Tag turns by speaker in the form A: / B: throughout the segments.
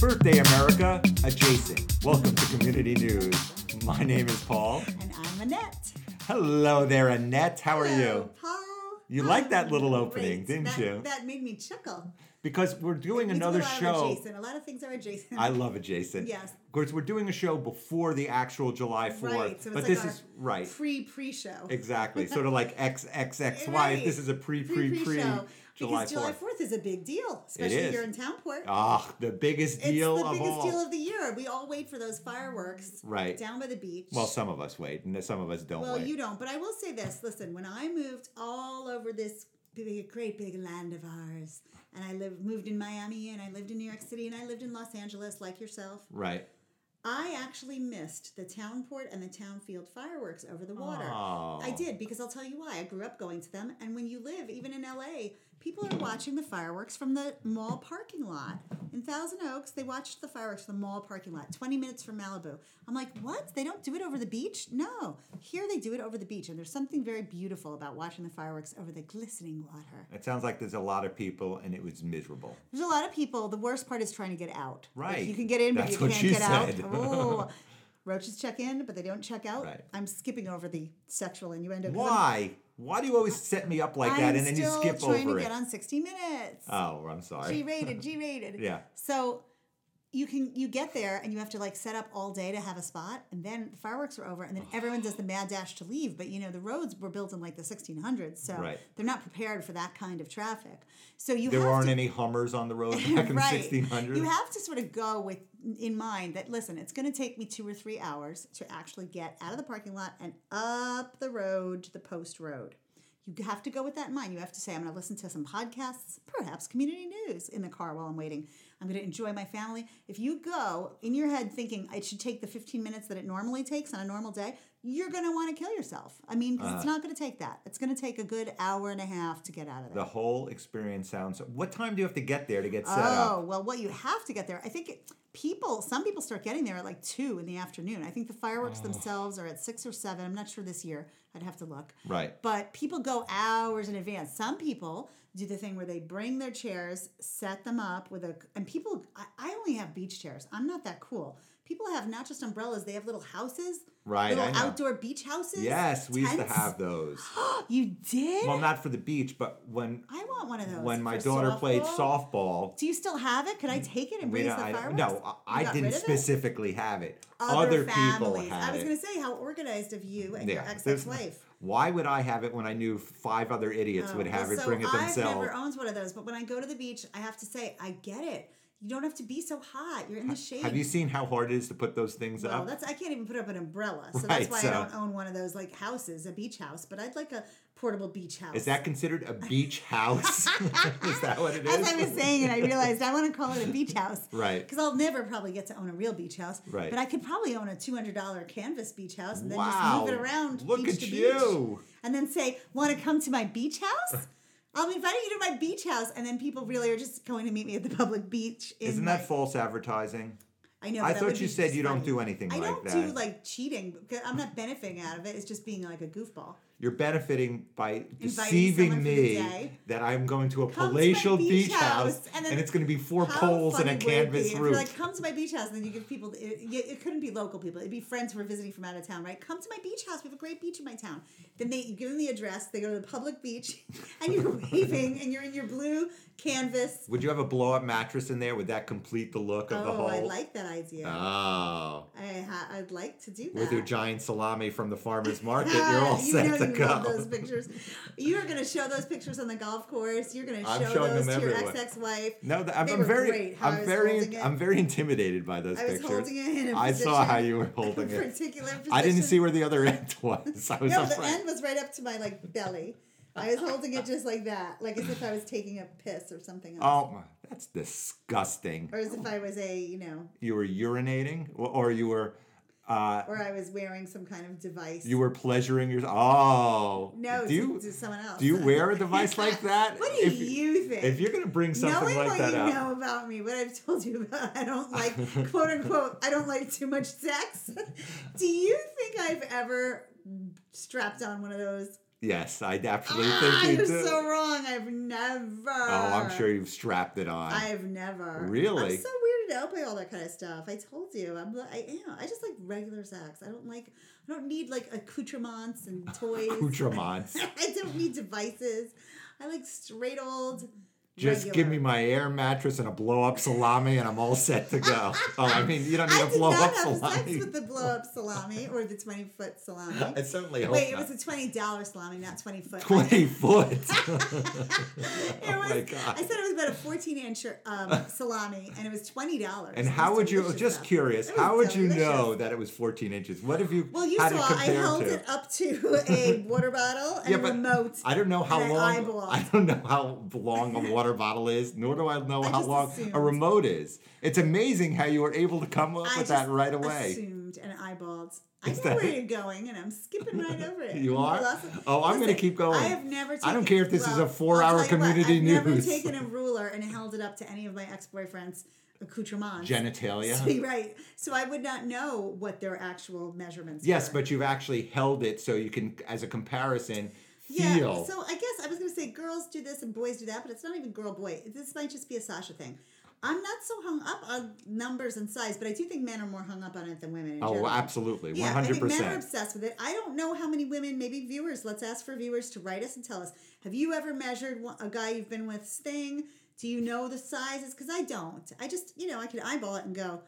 A: Birthday America adjacent. Welcome to Community News. My name is Paul.
B: And I'm Annette.
A: Hello there, Annette. How are you?
B: Paul.
A: You liked that little opening,
B: Great.
A: didn't
B: That-
A: you?
B: That made me chuckle.
A: Because we're doing
B: We do
A: another
B: a lot of
A: show.
B: Adjacent. A lot of things are adjacent.
A: I love adjacent.
B: Yes.
A: Of course, we're doing a show before the actual July 4th.
B: right. So
A: but
B: it's like
A: this
B: our
A: is right.
B: Pre pre show.
A: Exactly. sort of like XXXY.
B: Right.
A: This is a pre pre pre
B: show.
A: July
B: because July
A: 4th.
B: 4th is a big deal, especially
A: is.
B: here in Townport.
A: Ah, the biggest
B: it's
A: deal
B: the
A: of
B: biggest
A: all.
B: deal of the year. We all wait for those fireworks
A: Right.
B: down by the beach.
A: well, some of us wait, and some of us don't
B: Well,
A: wait.
B: you don't, but I will say this. Listen, when I moved all over this big, great big land of ours, and I lived, moved in Miami, and I lived in New York City, and I lived in Los Angeles, like yourself,
A: right.
B: I actually missed the Townport and the Townfield fireworks over the water.
A: Oh.
B: I did because I'll tell you why. I grew up going to them, and when you live, even in LA, people are watching the fireworks from the mall parking lot. In Thousand Oaks, they watched the fireworks from the mall parking lot, 20 minutes from Malibu. I'm like, what? They don't do it over the beach? No. Here they do it over the beach, and there's something very beautiful about watching the fireworks over the glistening water.
A: It sounds like there's a lot of people, and it was miserable.
B: There's a lot of people. The worst part is trying to get out. Like,
A: Right.
B: you can get in, but
A: That's
B: you
A: what
B: can't
A: she
B: get out.
A: said.
B: Oh. Roaches check in, but they don't check out.
A: Right.
B: I'm skipping over the sexual innuendo. 'cause I'm-
A: Why? Why do you always set me up like
B: I'm
A: that, and then you
B: still
A: skip
B: trying
A: over
B: to
A: it?
B: get on 60 Minutes.
A: oh, I'm sorry.
B: G rated, G rated.
A: Yeah.
B: So you can you get there and you have to like set up all day to have a spot, and then the fireworks are over, and then everyone does the mad dash to leave. But you know the roads were built in like the 1600s, so
A: Right.
B: they're not prepared for that kind of traffic. So you
A: there
B: have
A: weren't
B: to,
A: any Hummers on the road back in
B: right.
A: the 1600s.
B: You have to sort of go with in mind that listen, it's going to take me two or three hours to actually get out of the parking lot and up the road to the post road. You have to go with that in mind. You have to say, I'm going to listen to some podcasts, perhaps community news in the car while I'm waiting. I'm going to enjoy my family. If you go in your head thinking it should take the 15 minutes that it normally takes on a normal day, you're going to want to kill yourself. I mean, 'cause
A: Uh.
B: it's not going to take that. It's going to take a good hour and a half to get out of there.
A: the whole experience sounds. What time do you have to get there to get set
B: Oh,
A: up?
B: well, what you have to get there. I think it, people, some people start getting there at like two in the afternoon. I think the fireworks
A: Oh.
B: themselves are at six or seven. I'm not sure this year. I'd have to look.
A: Right.
B: But people go hours in advance. Some people do the thing where they bring their chairs, set them up with a, and people, I, I only have beach chairs. I'm not that cool. People have not just umbrellas, they have little houses.
A: Right, I
B: Little
A: know.
B: outdoor beach houses.
A: Yes, we used to
B: tents.
A: have those.
B: You did?
A: Well, not for the beach, but when
B: I want one of those.
A: when my
B: for
A: daughter played
B: softball.
A: softball,
B: Do you still have it? Could I take it and
A: Mm, we
B: raise
A: don't,
B: the
A: I,
B: fireworks?
A: no, I,
B: You
A: I
B: got
A: didn't
B: rid of it?
A: specifically have it.
B: Other,
A: people
B: families.
A: had
B: I was
A: it.
B: going to say how organized of you and your
A: there's-
B: ex-wife. Oh,
A: Why would I have it when I knew five other idiots would have
B: Well,
A: it, bring it
B: I've
A: themselves?
B: never owned one of those, but when I go to the beach, I have to say I get it. You don't have to be so hot. You're in the shade.
A: Have you seen how hard it is to put those things
B: well,
A: up?
B: that's I can't even put up an umbrella, so
A: Right,
B: that's why
A: so-
B: I don't own one of those like houses, a beach house. But I'd like a portable beach house.
A: Is that considered a beach house? is that what it is?
B: As I was saying, and I realized I want to call it a beach house.
A: Right.
B: Because I'll never probably get to own a real beach house.
A: Right.
B: But I could probably own a two hundred dollar canvas beach house and then
A: Wow.
B: just move it around.
A: Look
B: beach
A: at
B: to
A: you.
B: Beach, and then say, "Want to come to my beach house?" I'm inviting you to my beach house, and then people really are just going to meet me at the public beach. In
A: Isn't
B: my-
A: that false advertising?
B: I
A: I
B: know. but that
A: thought
B: would
A: you
B: be
A: said you don't
B: funny.
A: do anything
B: I
A: like
B: don't do
A: that.
B: like cheating. Because I'm not benefiting out of it. It's just being like a goofball.
A: You're benefiting by
B: someone
A: deceiving
B: for the
A: me
B: day.
A: that I'm going to a
B: Come to my
A: palatial
B: beach
A: beach
B: house,
A: house and,
B: and then
A: it's going to be four
B: How
A: poles and
B: funny
A: a
B: would it be
A: canvas
B: if you're
A: roof.
B: like, come to my beach house, and then you give people. It, it it couldn't be local people. It'd be friends who are visiting from out of town, right? Come to my beach house. We have a great beach in my town. Then they you give them the address. They go to the public beach, and you're waving, and you're in your blue canvas.
A: Would you have a blow up mattress in there? Would that complete the look of the
B: Oh,
A: whole?
B: I like that idea.
A: oh.
B: I ha- I'd like to do that.
A: With your giant salami from the farmer's market,
B: Ah,
A: you're all
B: you
A: set
B: know
A: to
B: you
A: go.
B: Love those pictures. You are going to show those pictures on the golf course. You're going to
A: I'm
B: show
A: showing
B: those
A: them
B: to your
A: everywhere.
B: ex-ex-wife.
A: No, th- I'm,
B: They
A: I'm
B: were
A: very,
B: great, how I
A: I'm
B: was
A: very,
B: holding it.
A: I'm very intimidated by those
B: I was
A: pictures.
B: holding it in a
A: I saw how
B: position-
A: you were holding
B: a
A: it.
B: particular position.
A: I didn't see where the other end was. I was
B: No, the
A: afraid.
B: end was right up to my like belly. I was holding it just like that, like as if I was taking a piss or something, else.
A: Oh, my- that's disgusting.
B: or as if I was a you know,
A: You were urinating, or- or you were, uh,
B: or I was wearing some kind of device.
A: you were pleasuring your. Oh,
B: no,
A: Do
B: to,
A: you
B: to someone else.
A: do you wear a device like that?
B: what do
A: if,
B: you think?
A: If you're gonna bring something
B: Knowing
A: like
B: what
A: that
B: you
A: up,
B: know about me, what I've told you about, I don't like quote unquote. I don't like too much sex. do you think I've ever strapped on one of those?
A: yes, I definitely
B: Ah,
A: think
B: you're
A: you do.
B: so wrong. I've never.
A: oh, I'm sure you've strapped it on.
B: I've never.
A: Really?
B: I'm so weird weirded out by all that kind of stuff. I told you, I'm li- I am. I just like regular sex. I don't like. I don't need like accoutrements and toys.
A: Accoutrements.
B: I don't need devices. I like straight old.
A: Just give me
B: regular.
A: my air mattress and a blow up salami, and I'm all set to go. oh, I mean, you don't need
B: I
A: a
B: did
A: blow
B: not
A: up
B: have
A: salami.
B: sex with the blow up salami or the twenty foot salami.
A: I certainly hope
B: Wait, it
A: not.
B: was a twenty dollar salami, not twenty foot.
A: Twenty foot.
B: It
A: oh my
B: was-
A: god.
B: I said it was about a fourteen inch um, salami, and it was twenty dollars.
A: and how would you? Just curious.
B: It was
A: How would you know
B: delicious.
A: that it was 14 inches? What if you?
B: Well, you
A: had
B: saw
A: it
B: I
A: compared
B: held
A: to?
B: it up to a water bottle and
A: Yeah,
B: a
A: but
B: remote.
A: I don't know how
B: and I
A: long.
B: eyeballed.
A: I don't know how long a water bottle is, nor do I know
B: I
A: how
B: just
A: long
B: assumed.
A: a remote is. It's amazing how you were able to come up
B: I
A: with that
B: just
A: right away.
B: Assumed and eyeballed. I
A: Is
B: know
A: that-
B: where you're going, and I'm skipping right over it.
A: You are?
B: Lots
A: Oh, I'm gonna
B: Listen,
A: keep going.
B: I have never. Taken,
A: don't care if this is a
B: well, I'll
A: four-hour
B: tell you what,
A: community
B: I've never
A: news.
B: taken a ruler and held it up to any of my ex-boyfriend's accoutrements.
A: Genitalia.
B: So, you're right. So I would not know what their actual measurements.
A: Yes,
B: were.
A: but you've actually held it so you can, as a comparison,
B: yeah.
A: feel.
B: So I guess I was going to say girls do this and boys do that, but it's not even girl boy. This might just be a Sasha thing. I'm not so hung up on numbers and size, but I do think men are more hung up on it than women. In
A: oh,
B: general.
A: absolutely, one
B: Yeah, I
A: hundred
B: think men are
A: percent.
B: obsessed with it. I don't know how many women, maybe viewers. Let's ask for viewers to write us and tell us. Have you ever measured one- a guy you've been with thing? Do you know the sizes? Because I don't. I just, you know, I could eyeball it and go,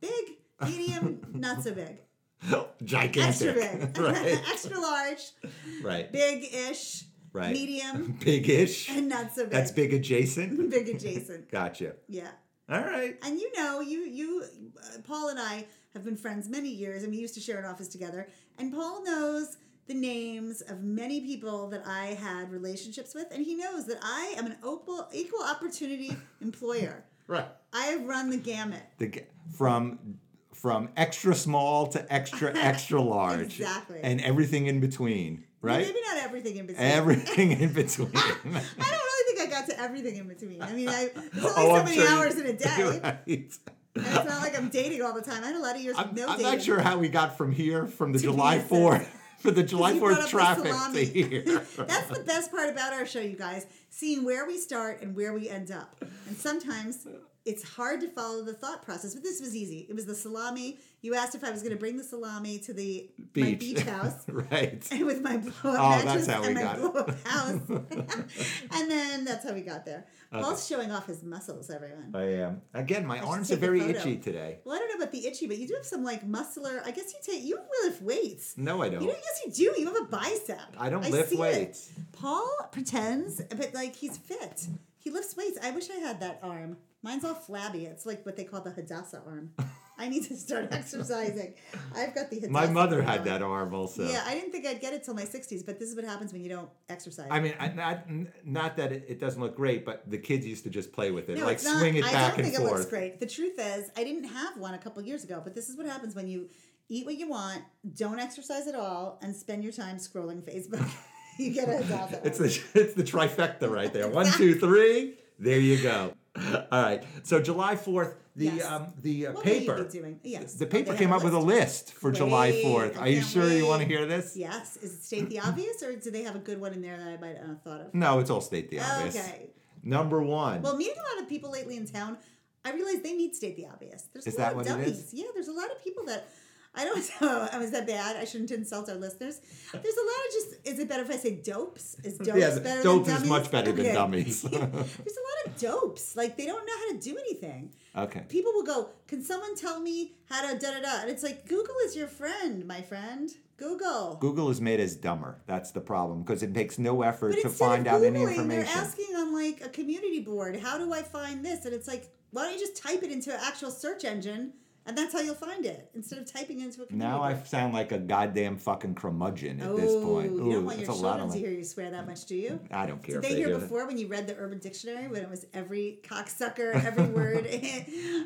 B: big, medium, not so big, extra
A: Gigantic.
B: big,
A: right.
B: extra large,
A: Right.
B: big-ish,
A: Right.
B: medium,
A: Big-ish.
B: and not so big.
A: That's big adjacent.
B: big adjacent.
A: Gotcha.
B: Yeah.
A: All right.
B: And you know, you you uh, Paul and I have been friends many years, and we used to share an office together. And Paul knows the names of many people that I had relationships with, and he knows that I am an opal, equal opportunity employer.
A: Right.
B: I have run the gamut.
A: The g- from from extra small to extra extra large.
B: Exactly.
A: And everything in between. Right.
B: Maybe not everything in between.
A: Everything in between.
B: I don't really think I got to everything in between. I mean, I, there's only
A: Oh,
B: so
A: I'm
B: many
A: sure you-
B: hours in a day.
A: Right.
B: And it's not like I'm dating all the time. I had a lot of years
A: I'm,
B: with no
A: I'm
B: dating.
A: not sure how we got from here from the
B: To
A: July
B: pieces.
A: Fourth for the July
B: You brought
A: Fourth
B: up the
A: traffic to
B: salami.
A: here.
B: That's the best part about our show, you guys, seeing where we start and where we end up. And sometimes it's hard to follow the thought process, but this was easy. It was the salami. You asked if I was going to bring the salami to the my
A: Beach.
B: beach house.
A: right.
B: And with my blow
A: Oh,
B: up
A: that's
B: mattress
A: how we
B: and my
A: got it.
B: blow up house. and then that's how we got there. Paul's showing off his muscles, everyone.
A: I am. Again, my arms are
B: take a
A: very
B: photo.
A: itchy today.
B: Well, I don't know about the itchy, but you do have some like muscular. I guess you take you lift weights.
A: No, I don't.
B: You know, yes, you do. You have a bicep.
A: I don't
B: see
A: lift
B: it.
A: weights.
B: Paul pretends, but like he's fit. He lifts weights. I wish I had that arm. Mine's all flabby. It's like what they call the Hadassah arm. I need to start exercising. I've got the Hadassah.
A: My mother
B: arm.
A: had that arm also.
B: Yeah, I didn't think I'd get it till my 60s, but this is what happens when you don't exercise.
A: I mean, I, not n- not that it, it doesn't look great, but the kids used to just play with it,
B: no,
A: like
B: it's not,
A: swing it back
B: I
A: and
B: don't think it
A: forth.
B: looks great. The truth is, I didn't have one a couple years ago, but this is what happens when you eat what you want, don't exercise at all, and spend your time scrolling Facebook. you get a Hadassah. arm.
A: It's the it's the trifecta right there. One, two, three. There you go. All right. So July fourth, the
B: Yes.
A: um, the uh,
B: What will you
A: paper.
B: be doing? Yes.
A: The
B: Oh, they
A: paper
B: have
A: came up with a
B: list.
A: list for July
B: Great.
A: 4th.
B: I
A: Are you
B: can't
A: sure you
B: wait.
A: want to hear this?
B: Yes. Is it state the obvious, or do they have a good one in there that I might not have thought of?
A: No, it's all state the obvious.
B: Okay.
A: Number one.
B: Well, meeting a lot of people lately in town, I realize they need state the obvious. There's
A: Is
B: a
A: that
B: lot of
A: what it
B: dummies.
A: is?
B: Yeah, there's a lot of people that I don't know. I was that bad. I shouldn't insult our listeners. There's a lot of just. Is it better if I say dopes? Is dopes
A: yeah, the-
B: better
A: dope
B: than
A: is
B: dummies?
A: much better than
B: Okay.
A: dummies.
B: There's a lot of dopes. Like they don't know how to do anything.
A: okay.
B: People will go, "Can someone tell me how to da da da?" And it's like Google is your friend, my friend. Google.
A: Google is made as dumber. That's the problem because it takes no effort
B: But
A: to
B: instead
A: find
B: of
A: out
B: Googling,
A: any information.
B: They're asking on like a community board, how do I find this? And it's like, why don't you just type it into an actual search engine and that's how you'll find it instead of typing into a community
A: now I
B: board.
A: sound like a goddamn fucking curmudgeon at
B: oh,
A: this point.
B: You don't
A: Ooh,
B: want
A: it's
B: your
A: a lot
B: children
A: of.
B: to hear you swear that much, do you?
A: I don't care
B: Did
A: if
B: they
A: they
B: hear
A: do it.
B: before when you read the Urban Dictionary when it was every cocksucker, every word?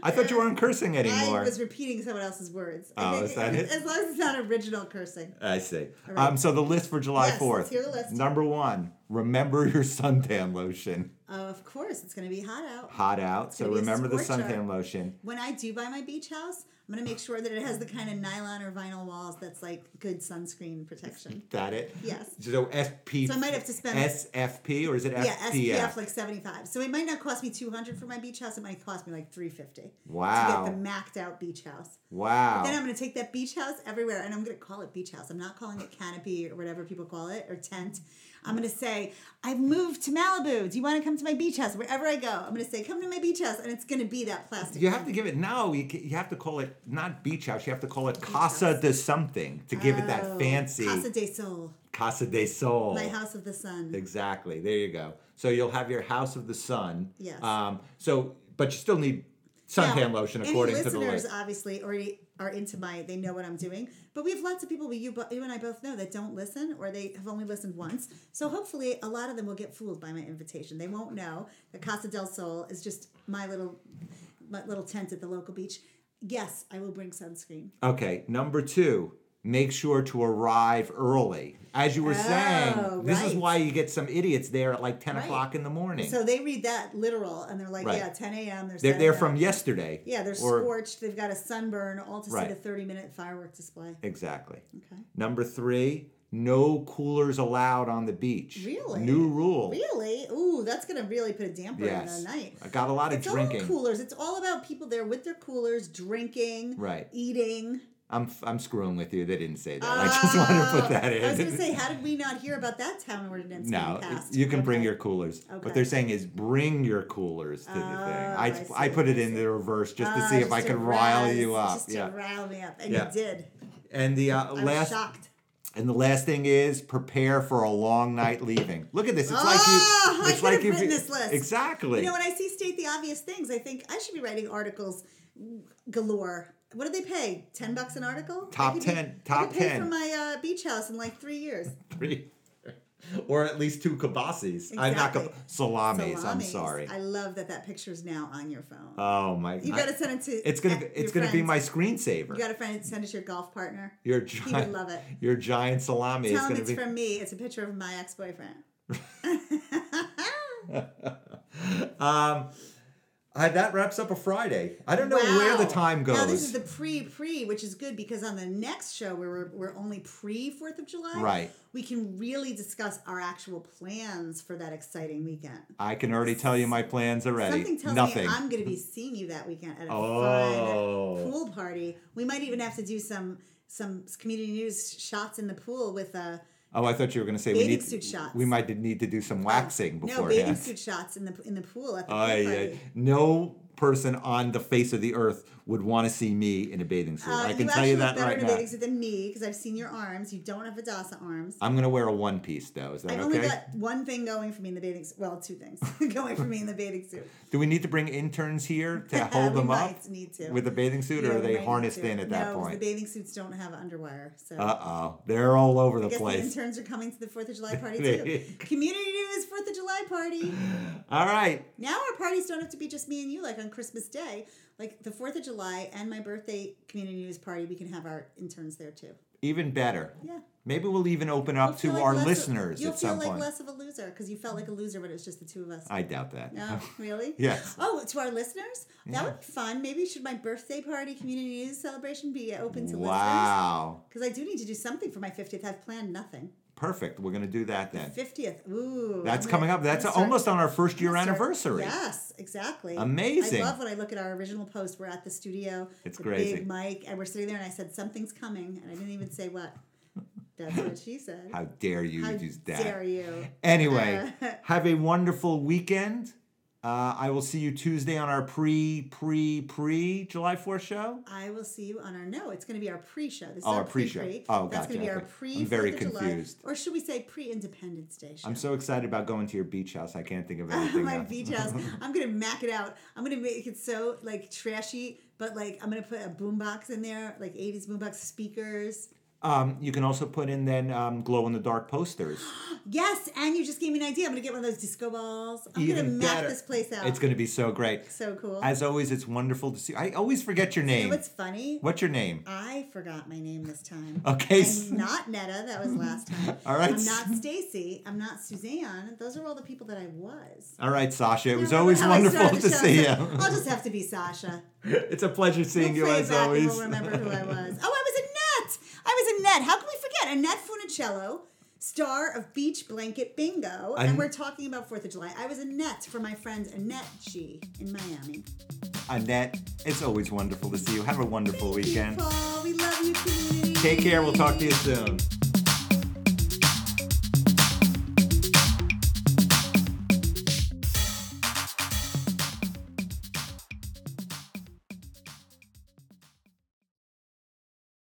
A: I thought you weren't cursing anymore.
B: I was repeating someone else's words. I
A: Oh,
B: think
A: is that it?
B: As long as it's not original cursing.
A: I see.
B: All right.
A: Um, so the list for July
B: Yes, let's
A: 4th.
B: hear the list.
A: Number one, remember your suntan lotion.
B: Oh, of course, it's going to be hot out.
A: Hot out, so
B: gonna be a
A: remember the
B: scorcher.
A: suntan lotion.
B: When I do buy my beach house, I'm going to make sure that it has the kind of nylon or vinyl walls that's like good sunscreen protection.
A: Got it?
B: Yes.
A: So FP.
B: So I might have to spend-
A: SFP or is it FPF?
B: Yeah, SPF like 75. So it might not cost me 200 for my beach house. It might cost me like 350.
A: Wow.
B: To get the maxed out beach house.
A: wow.
B: Then I'm going to take that beach house everywhere and I'm going to call it beach house. I'm not calling it canopy or whatever people call it or tent. I'm going to say, I've moved to Malibu. Do you want to come to my beach house? Wherever I go, I'm going to say, come to my beach house. And it's going to be that plastic.
A: you have to give it now. You, ca- you have to call it not beach house. You have to call it Casa de something to give it that fancy
B: Oh,
A: Oh,
B: Casa
A: Casa,
B: de
A: de Sol.
B: Sol, my house of the sun.
A: Exactly. There you go. So you'll have your house of the sun.
B: Yes.
A: Um, so, but you still need suntan
B: Now,
A: lotion according
B: any
A: to the
B: listeners
A: list.
B: obviously already are into my they know what i'm doing but we have lots of people we you, bo- you and i both know that don't listen or they have only listened once so hopefully a lot of them will get fooled by my invitation they won't know that casa del sol is just my little my little tent at the local beach yes i will bring sunscreen
A: Okay. Number two, make sure to arrive early. As you were
B: Oh,
A: saying, this is
B: right.
A: why you get some idiots there at like 10
B: Right.
A: o'clock in the morning.
B: so they read that literal and they're like
A: Right.
B: yeah 10 a.m they're,
A: they're,
B: setting
A: they're
B: up.
A: from yesterday.
B: yeah they're
A: or-
B: scorched they've got a sunburn all to
A: Right.
B: see the 30 minute firework display
A: Exactly.
B: okay
A: Number three, no coolers allowed on the beach.
B: Really?
A: New rule.
B: really ooh that's gonna really put a damper
A: Yes.
B: on the night
A: I got a lot of
B: It's all
A: drinking.
B: coolers. It's all about people there with their coolers, drinking,
A: Right.
B: eating.
A: I'm I'm screwing with you. They didn't say that. I just wanted to put that in.
B: Ah, I was going to say, how did we not hear about that town ordinance?
A: No,
B: being passed?
A: you can bring
B: Okay.
A: your coolers.
B: Okay.
A: What they're saying is bring your coolers to the thing. I,
B: Oh, I
A: I,
B: see,
A: put it
B: I
A: in
B: see.
A: the reverse just to
B: Ah,
A: see if
B: just
A: I could
B: rile
A: rile you up.
B: Just to
A: yeah.
B: rile me up, and
A: Yeah.
B: you did.
A: And the uh,
B: I was
A: last
B: shocked.
A: and the last thing is prepare for a long night leaving. Look at this. It's
B: Oh,
A: like
B: I
A: you. It's
B: could
A: like
B: have
A: you've-
B: written this list.
A: Exactly.
B: You know, when I see state the obvious things, I think I should be writing articles galore. What do they pay? Ten bucks an article? I
A: Top
B: could
A: 10, top
B: I could pay
A: 10.
B: for my uh, beach house in like three years.
A: Three. or at least two kibasis. I'm not
B: Exactly.
A: kib- salamis, I'm
B: Salamis.
A: sorry.
B: I love that that picture's now on your phone.
A: oh my.
B: You
A: I-
B: gotta send it to.
A: it's gonna
B: at
A: be,
B: your
A: it's gonna be
B: friends.
A: my
B: You
A: screensaver.
B: gotta friend, send it to your golf partner.
A: your
B: He would
A: giant
B: love it.
A: your giant salami is
B: Tell him
A: gonna
B: it's
A: be.
B: from me. It's a picture of my ex boyfriend.
A: Um, I, that wraps up a Friday. I don't know where the time goes.
B: Now this is the pre pre, which is good because on the next show where we're, we're only pre Fourth of July,
A: Right.
B: We can really discuss our actual plans for that exciting weekend.
A: I can already tell you my plans already.
B: Something tells
A: Nothing.
B: me I'm going to be seeing you that weekend at a
A: Oh.
B: fun pool party. We might even have to do some some community news shots in the pool with uh,
A: oh, I thought you were going to say we
B: Bathing
A: need
B: suit shots. Oh,
A: we might need to do some waxing
B: no bathing
A: beforehand.
B: suit shots in the in the pool at the pool
A: Ay,
B: party.
A: ay. no person on the face of the earth would want to see me in a bathing suit.
B: Uh,
A: I can
B: you
A: tell you
B: actually look
A: that
B: better
A: right
B: in a
A: now.
B: bathing suit than me because I've seen your arms. You don't have Hadassah arms.
A: I'm going to wear a one piece though. Is that
B: I've
A: Ah, okay?
B: only got one thing going for me in the bathing suit. Well, two things going for me in the bathing suit.
A: Do we need to bring interns here to hold
B: we
A: them up
B: might need to.
A: with a bathing suit,
B: Yeah,
A: or are
B: we might
A: they
B: need
A: harnessed
B: to.
A: in at
B: no,
A: that
B: 'cause
A: point?
B: The bathing suits don't have underwire, so
A: Uh oh, they're all over
B: I
A: the
B: guess the
A: place.
B: interns are coming to the Fourth of July party
A: There you
B: too. Community news Fourth of July party.
A: All right,
B: Now our parties don't have to be just me and you like on Christmas Day. Like the Fourth of July and my birthday community news party, we can have our interns there too.
A: even better.
B: Yeah.
A: Maybe we'll even open up to
B: Feel like
A: our
B: less of-
A: listeners
B: you'll
A: at some
B: feel like
A: point.
B: less of a loser because you felt like a loser when it was just the two of us.
A: I doubt that.
B: no, really?
A: Yes.
B: Oh, to our listeners, that would be fun. Maybe should my birthday party community news celebration be open to listeners?
A: Wow.
B: Because I do need to do something for my fiftieth. I've planned nothing.
A: Perfect. We're going to do that then.
B: Fiftieth. Ooh.
A: That's
B: I'm gonna-
A: coming up.
B: I'm
A: That's
B: gonna
A: almost
B: start-
A: on our first year
B: start-
A: anniversary.
B: Yes, exactly.
A: Amazing.
B: I love when I look at our original post. We're at the studio.
A: It's
B: the
A: crazy.
B: Big mic, and we're sitting there, and I said something's coming, and I didn't even say what. That's what she said.
A: How dare you
B: How
A: use that?
B: dare you?
A: Anyway,
B: Uh,
A: have a wonderful weekend. Uh, I will see you Tuesday on our pre, pre, pre July 4th show.
B: I will see you on our no. It's going to be our pre-show. This is
A: Oh,
B: our
A: our pre-show.
B: pre-pre.
A: Oh,
B: That's
A: gotcha,
B: going to be our
A: okay.
B: pre.
A: I'm very
B: Fourth of July,
A: confused.
B: or should we say pre-Independence Day show?
A: I'm so excited about going to your beach house. I can't think of anything
B: my
A: else.
B: beach house. I'm gonna mac it out. I'm gonna make it so like trashy, but like I'm gonna put a boombox in there, like '80s boombox speakers.
A: Um, you can also put in then um, glow in the dark posters.
B: Yes, and you just gave me an idea. I'm gonna get one of those disco balls. I'm gonna
A: Even
B: map
A: better.
B: this place out.
A: It's going to be so great.
B: so cool.
A: As always, it's wonderful to see. I always forget your
B: you know
A: name.
B: what's funny?
A: What's your name?
B: I forgot my name this time.
A: Okay. s-
B: I'm not Netta. That was last time.
A: All right.
B: I'm not Stacy. I'm not Suzanne. Those are all the people that I was.
A: All right, Sasha. It was
B: Remember
A: always
B: how I
A: wonderful
B: started
A: to
B: the show?
A: see you.
B: I said, I'll just have to be Sasha.
A: It's a pleasure seeing
B: We'll
A: you
B: play
A: as
B: it back
A: always.
B: And we'll remember who I was. Oh, I was Annette. I was Annette. How can we forget Annette Funicello, star of Beach Blanket Bingo,
A: I'm-
B: and we're talking about Fourth of July. I was Annette for my friend Annette G in Miami.
A: Annette, it's always wonderful to see you. Have a wonderful weekend.
B: Paul, we love you. Community.
A: Take care. We'll talk to you soon.